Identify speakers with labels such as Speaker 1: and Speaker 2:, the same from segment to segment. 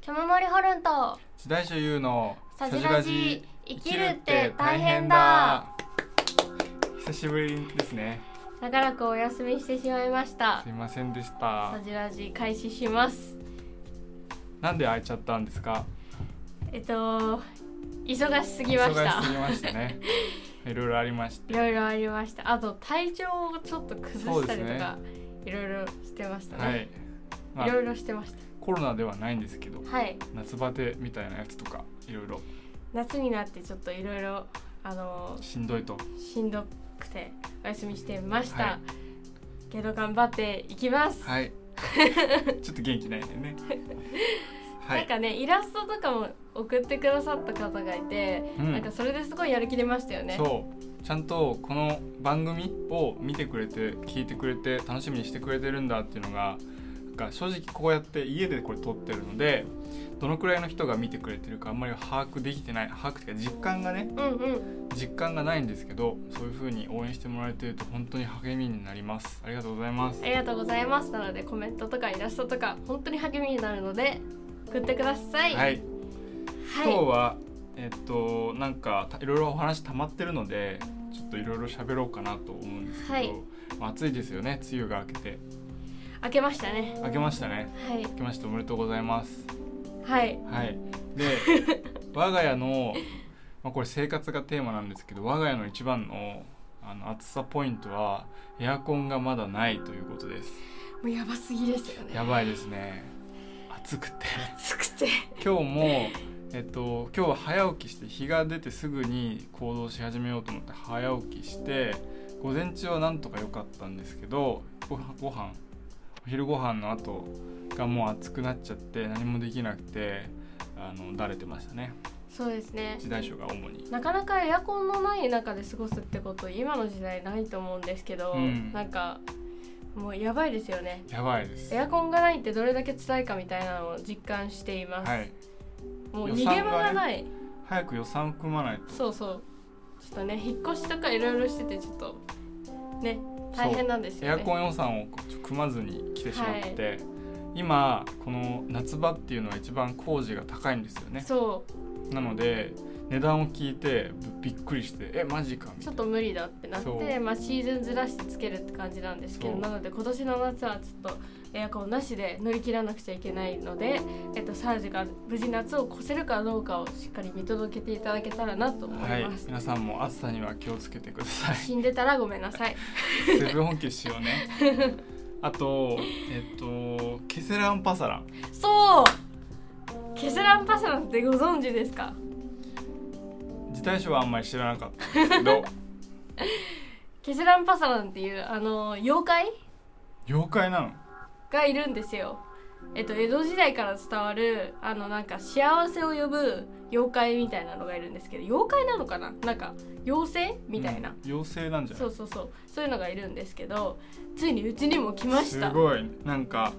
Speaker 1: キャモモリホルンと
Speaker 2: 時代所有の
Speaker 1: サジラジ生きるって大変だ
Speaker 2: 久しぶりですね
Speaker 1: 長らくお休みしてしまいました
Speaker 2: すいませんでした
Speaker 1: サジラジ開始します
Speaker 2: なんで会えちゃったんですか
Speaker 1: えっと忙しすぎまし
Speaker 2: 忙
Speaker 1: た
Speaker 2: しすぎましたねいろいろありまし
Speaker 1: い
Speaker 2: て
Speaker 1: ろいろありましたあと体調をちょっと崩したりとか、いろいろしてました
Speaker 2: は
Speaker 1: ね、
Speaker 2: い、まあ
Speaker 1: い、ろいろしてまし
Speaker 2: コロナではないんですけど
Speaker 1: たはい
Speaker 2: 夏バテみたいなやつとかいろいろ
Speaker 1: 夏になってちょっといろいろあの
Speaker 2: しんどいと
Speaker 1: しんどくてお休みしてました、
Speaker 2: はい
Speaker 1: けど頑張っていきます、
Speaker 2: はいちょっと元気ないんだよねは
Speaker 1: なん
Speaker 2: い、
Speaker 1: かねイラストとかも送ってくださった方がいて、
Speaker 2: うん
Speaker 1: なんかそれですごいやる気出ましたよね
Speaker 2: そうちゃんとこの番組を見てくれて聞いてくれて楽しみにしてくれてるんだっていうのがなんか正直こうやって家でこれ撮ってるのでどのくらいの人が見てくれてるかあんまり把握できてない把握っていうか実感がね
Speaker 1: うんうん
Speaker 2: 実感がないんですけどそういう風に応援してもらえてると本当に励みになりますありがとうございます
Speaker 1: ありがとうございますなのでコメントとかイラストとか本当に励みになるので送ってください、
Speaker 2: はいい
Speaker 1: は
Speaker 2: 今日
Speaker 1: い
Speaker 2: はえっとなんかたいろいろお話溜まってるのでちょっといろいろ喋ろうかなと思うんですけど、
Speaker 1: はい
Speaker 2: まあ暑いですよね梅雨が明けて
Speaker 1: 開けましたね
Speaker 2: 明けましたね
Speaker 1: はい
Speaker 2: 明けましておめでとうございます
Speaker 1: はい
Speaker 2: はいで我が家の、まあ、これ生活がテーマなんですけど我が家の一番のあの暑さポイントはエアコンがまだないということです
Speaker 1: もうやばすぎですよね
Speaker 2: やばいですね暑くて
Speaker 1: 暑くて
Speaker 2: 今日もえっと今日は早起きして日が出てすぐに行動し始めようと思って早起きして午前中はなんとか良かったんですけどご飯ご飯お昼ご飯の後がもう暑くなっちゃって何もできなくてあのだれてましたね
Speaker 1: そうですね
Speaker 2: 時代所が主に
Speaker 1: なかなかエアコンのない中で過ごすってこと今の時代ないと思うんですけど、
Speaker 2: うん
Speaker 1: なんかもうやばいですよね
Speaker 2: やばいです
Speaker 1: エアコンがないってどれだけ辛いかみたいなのを実感しています、
Speaker 2: はい
Speaker 1: もう
Speaker 2: 予
Speaker 1: 逃げ
Speaker 2: 算がね
Speaker 1: 場がない
Speaker 2: 早く予算を組まないと
Speaker 1: そうそうちょっとね引っ越しとかいろいろしててちょっとね大変なんです
Speaker 2: エ
Speaker 1: よ
Speaker 2: ア
Speaker 1: ね
Speaker 2: コン予算をこうちょ組まずに来てしまって、今この夏場っていうのは一番工事が高いんですよね
Speaker 1: そ
Speaker 2: なので値段を聞いてびびっくりしてえマジか
Speaker 1: う
Speaker 2: み
Speaker 1: ち
Speaker 2: た
Speaker 1: ょ
Speaker 2: い
Speaker 1: っ
Speaker 2: な
Speaker 1: と無理だってなっ
Speaker 2: そう
Speaker 1: て、まあ、シーズンずらしてつけるって感じなんですけど
Speaker 2: そう
Speaker 1: なので今年の夏はちょっとエアコンなしで乗り切らなくちゃいけないので、えっと、サージが無事夏を越せるかどうかをしっかり見届けていただけたらなと思
Speaker 2: はいい
Speaker 1: ます、
Speaker 2: 皆さんも暑さには気をつけてく ださい
Speaker 1: 死んでたらごめんなさい
Speaker 2: 水分補給しようねあとえっとケセランパサラン
Speaker 1: そうケセランパサランってご存知ですか
Speaker 2: 自体書はあんまり知らなかったんですけ ど
Speaker 1: ケセランパサランっていうあの妖怪
Speaker 2: 妖怪なの
Speaker 1: がいるんですよ。えっと、江戸時代から伝わるあのなんか幸せを呼ぶ妖怪みたいなのがいるんですけど妖怪なのかななんか妖精みたいな、
Speaker 2: うん妖精なんじゃな
Speaker 1: そ
Speaker 2: いう
Speaker 1: そうそうそういうのがいるんですけどついにうちにも来ました
Speaker 2: すごいなんか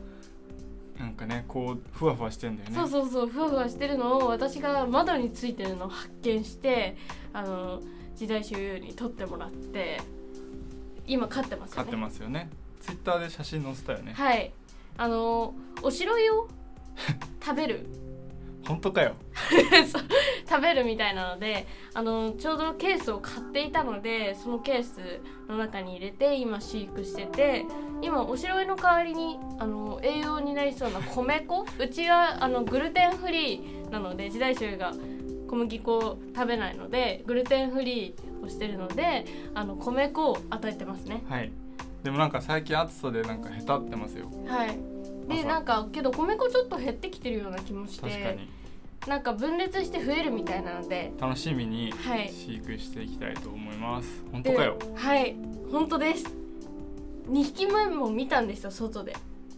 Speaker 2: なんかねこうふわふわしてんだよね
Speaker 1: そうそうそうふわふわしてるのを私が窓についてるのを発見してあの時代周遊に撮ってもらって今飼ってます
Speaker 2: 飼
Speaker 1: よ
Speaker 2: って
Speaker 1: ね
Speaker 2: ますよねツイッターで写真載せたよね
Speaker 1: はいあのおしろいを食べる
Speaker 2: 本当かよ
Speaker 1: そう食べるみたいなのであのちょうどケースを買っていたのでそのケースの中に入れて今飼育してて今おしろいの代わりにあの栄養になりそうな米粉うちはあのグルテンフリーなので時代集が小麦粉を食べないのでグルテンフリーをしてるのであの米粉を与えてますね
Speaker 2: はいでもなんか最近暑さでなんかへたってますよ
Speaker 1: はいで
Speaker 2: 朝
Speaker 1: なんかけど米粉ちょっと減ってきてるような気もし
Speaker 2: 確か
Speaker 1: て
Speaker 2: に
Speaker 1: なんか分裂して増えるみたいなので
Speaker 2: 楽しみに
Speaker 1: はい
Speaker 2: 飼育していきたいと思います本
Speaker 1: で
Speaker 2: 当かよ
Speaker 1: はい本当です2匹目も見たんですよ外で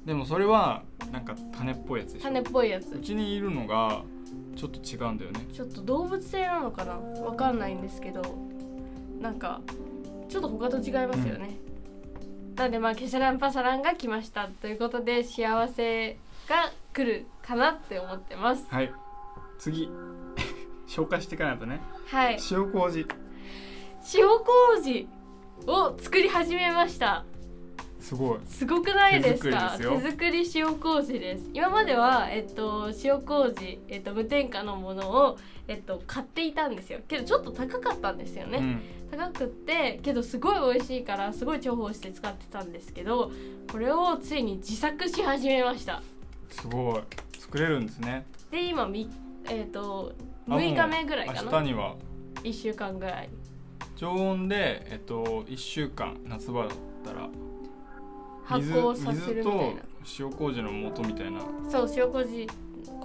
Speaker 2: でもそれはなんか種っぽいやつでしょ
Speaker 1: 種っぽいや
Speaker 2: う
Speaker 1: つ
Speaker 2: ちにいるのがちょっと違うんだよね
Speaker 1: ちょっと動物性なのかなわかんないんですけどなんかちょっと他と違いますよね、なんでまあケシャランパサランが来ましたということで幸せが来るかなって思ってます
Speaker 2: はい次 紹介していかないとね
Speaker 1: はい
Speaker 2: 塩麹
Speaker 1: 塩麹を作り始めました
Speaker 2: すごい
Speaker 1: すごくないですか
Speaker 2: 手
Speaker 1: 手
Speaker 2: 作
Speaker 1: 作
Speaker 2: りですよ
Speaker 1: り塩麹です今までは、えっと、塩麹、えっと、無添加のものを、えっと、買っていたんですよけどちょっと高かったんですよね、
Speaker 2: うん
Speaker 1: 高くってけどすごい美味しいからすごい重宝して使ってたんですけどこれをついに自作し始めました
Speaker 2: すごい作れるんですね
Speaker 1: で今み、えっと
Speaker 2: あもう
Speaker 1: 6日目ぐらいか
Speaker 2: 明
Speaker 1: な
Speaker 2: 日には
Speaker 1: 1週間ぐらい
Speaker 2: 常温で、えっと、1週間夏場だったら
Speaker 1: 発
Speaker 2: 水
Speaker 1: 酵させるみたい
Speaker 2: 水と
Speaker 1: な
Speaker 2: 塩麹の素みたいな
Speaker 1: そう塩麹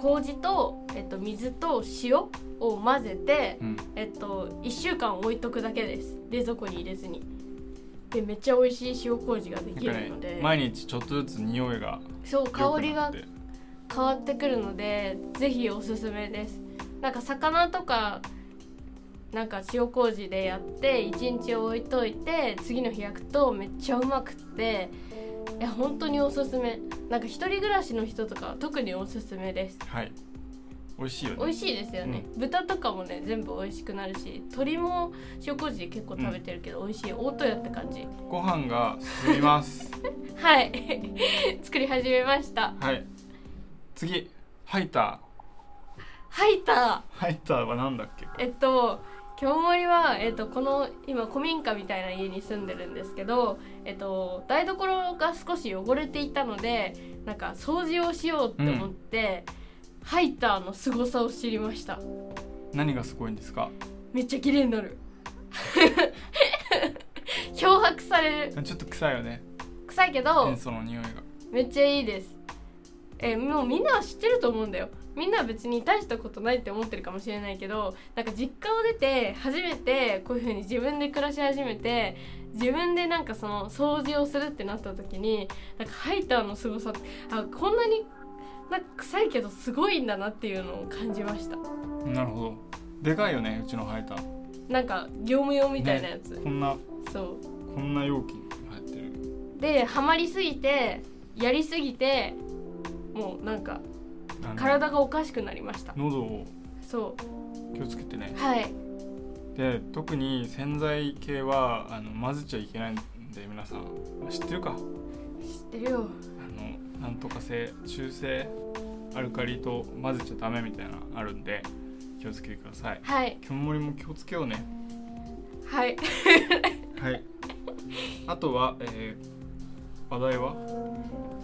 Speaker 1: 麹と、えっと、水と塩を混ぜて、
Speaker 2: うん
Speaker 1: えっと、1週間置いとくだけです冷蔵庫に入れずにでめっちゃ美味しい塩麹がで
Speaker 2: なん
Speaker 1: き
Speaker 2: か
Speaker 1: る
Speaker 2: ね
Speaker 1: ので、
Speaker 2: 毎日ちょっとずつ匂いが
Speaker 1: そう
Speaker 2: 良
Speaker 1: 香
Speaker 2: く
Speaker 1: り
Speaker 2: な
Speaker 1: が
Speaker 2: って
Speaker 1: 変わってくるのでぜひおすすめですなんか魚とかなんか塩麹でやって1日置いといて次の日焼くとめっちゃうまくっていや本当におすすめなんか一人暮らしの人とかは特におすすめです
Speaker 2: はい美味しいよね
Speaker 1: 美味しいですよね、豚とかもね全部美味しくなるし鶏も塩麹で結構食べてるけど美味しい大戸屋って感じ
Speaker 2: ご飯が進みます
Speaker 1: はい作り始めました
Speaker 2: はい次ハイタ
Speaker 1: はいた
Speaker 2: ーハイターはなんだっけ
Speaker 1: えっと京盛りは、えっと、この今古民家みたいな家に住んでるんですけど、えっと、台所が少し汚れていたのでなんか掃除をしようって思って、ハイターの凄さを知りました
Speaker 2: 何がすごいんですか
Speaker 1: めっちゃ綺麗になる 漂白される
Speaker 2: ちょっと臭いよね
Speaker 1: 臭いけど
Speaker 2: 塩素の匂いが
Speaker 1: めっちゃいいですえーもうみんなは知ってると思うんだよみんなは別に大したことないって思ってるかもしれないけどなんか実家を出て初めてこういう風に自分で暮らし始めて自分でなんかその掃除をするってなった時になんかハイターの凄さってあこんなになんか臭いけどすごいんだなっていうのを感じました
Speaker 2: なるほどでかいよねうちのハイター
Speaker 1: なんか業務用みたいなやつ、
Speaker 2: ねこんな
Speaker 1: そう
Speaker 2: こんな容器に入ってる
Speaker 1: でハマりすぎてやりすぎてもうなんか
Speaker 2: あの
Speaker 1: 体がおかしくなりました
Speaker 2: 喉を
Speaker 1: そ
Speaker 2: 気をつけてね
Speaker 1: うはい
Speaker 2: で特に洗剤系はあの混ぜちゃいけないんで皆さん知ってるか
Speaker 1: 知ってるよ
Speaker 2: あのなんとか性中性アルカリと混ぜちゃダメみたいなのあるんで気をつけてください
Speaker 1: はい
Speaker 2: キョンモリも気をつけようね
Speaker 1: はい
Speaker 2: はいあとは、えー話題は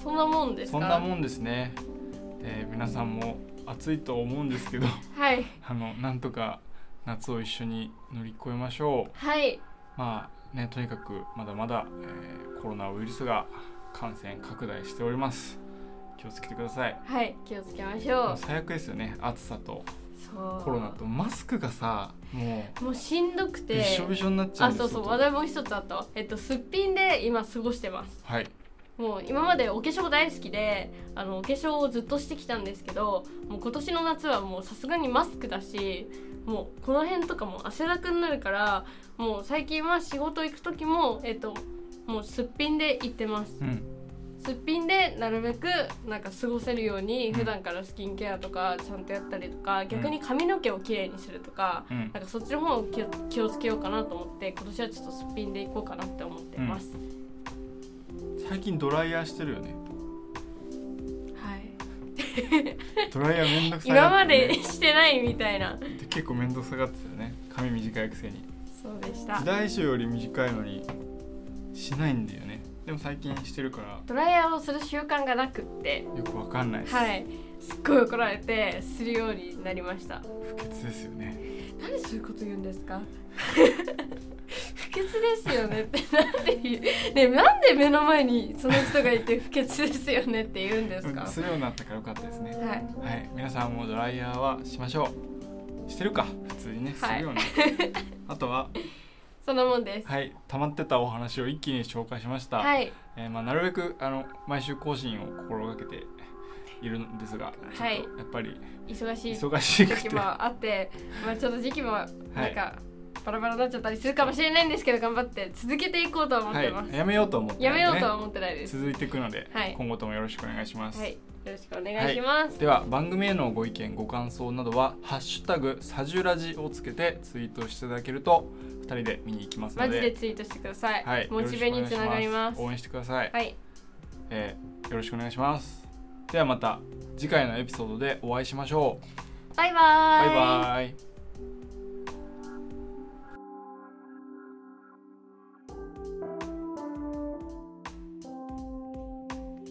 Speaker 1: そんなもんですか
Speaker 2: そんなもんですね、えー皆さんも暑いと思うんですけど
Speaker 1: はい
Speaker 2: あのなんとか夏を一緒に乗り越えましょう
Speaker 1: はい
Speaker 2: まあねとにかくまだまだ、えーコロナウイルスが感染拡大しております気をつけてください
Speaker 1: はい気をつけましょ
Speaker 2: もう
Speaker 1: う
Speaker 2: 最悪ですよね暑さと
Speaker 1: そう
Speaker 2: コロナとマスクがさも
Speaker 1: もうしんどく
Speaker 2: う
Speaker 1: て
Speaker 2: びしょびしょになっちゃ
Speaker 1: あ
Speaker 2: うんです
Speaker 1: そ
Speaker 2: よ
Speaker 1: うそう
Speaker 2: 外
Speaker 1: 話題もう一つあったわえっとすっぴんで今過ごしてます
Speaker 2: はい
Speaker 1: もう今までお化粧大好きであのお化粧をずっとしてきたんですけどもう今年の夏はもうさすがにマスクだしもうこの辺とかも汗だくになるからもう最近は仕事行く時もえっともうすっぴんで行ってます
Speaker 2: うん
Speaker 1: すっぴんでなるべくなんか過ごせるように
Speaker 2: うん
Speaker 1: 普段からスキンケアとかちゃんとやったりとか
Speaker 2: ん
Speaker 1: 逆に髪の毛をきれいにするとか
Speaker 2: うん
Speaker 1: なんかそっちの方を気を気をつけようかなと思って今年はちょっとすっぴんでいこうかなって思ってます、
Speaker 2: 最近ドライヤーしてるよ ね
Speaker 1: はい
Speaker 2: ドライヤーめんどくさい
Speaker 1: 今までしてないみたいな
Speaker 2: で結構めんどくさがってたよね髪短いくせに
Speaker 1: そうでした
Speaker 2: 時代種より短いのにしないんだよねでも最近してるか
Speaker 1: ドライヤーをする習慣がなくって
Speaker 2: らよくわかんないです、
Speaker 1: はいすっごい怒られてするようになりました
Speaker 2: 不潔ですよね
Speaker 1: なんでそういうこと言うんですか不潔ですよね ってなんで言うねなんで目の前にその人がいて不潔ですよねって言うんですか
Speaker 2: うん
Speaker 1: は
Speaker 2: するようになったからよかったですね
Speaker 1: い
Speaker 2: はい皆さんもドライヤーはしましょうしてるか普通にねす
Speaker 1: はい
Speaker 2: るよね、あとは
Speaker 1: そんなもんです
Speaker 2: はい溜まってたお話を一気に紹介しました、
Speaker 1: はい
Speaker 2: えーまあ、なるべくあの毎週更新を心がけているんですが、
Speaker 1: はい
Speaker 2: ちょっとやっぱり
Speaker 1: 忙しい
Speaker 2: 忙しく
Speaker 1: 時期
Speaker 2: て
Speaker 1: も
Speaker 2: は
Speaker 1: あってまあちょっと時期もなん
Speaker 2: はい
Speaker 1: かバラバラになっちゃったりするかもしれないんですけど頑張って続けていこうとは思ってます、
Speaker 2: いやめようと思って
Speaker 1: や
Speaker 2: ない
Speaker 1: め
Speaker 2: ん
Speaker 1: よ
Speaker 2: で
Speaker 1: う
Speaker 2: ね
Speaker 1: とは思ってないです
Speaker 2: 続いていくので、
Speaker 1: はい
Speaker 2: 今後ともよろしくお願いします、
Speaker 1: はいよろしくお願いします
Speaker 2: では番組へのご意見ご感想などは「ハッシュタグサジュラジ」をつけてツイートしていただけると2人で見に行きますの
Speaker 1: マ
Speaker 2: で
Speaker 1: ジでツイートしてください、
Speaker 2: はい、
Speaker 1: モチベにつながります
Speaker 2: よろしくお願いし応援してください、
Speaker 1: はい
Speaker 2: えーよろしくお願いしますではまた次回のエピソードでお会いしましょう
Speaker 1: バイバ
Speaker 2: バイバイ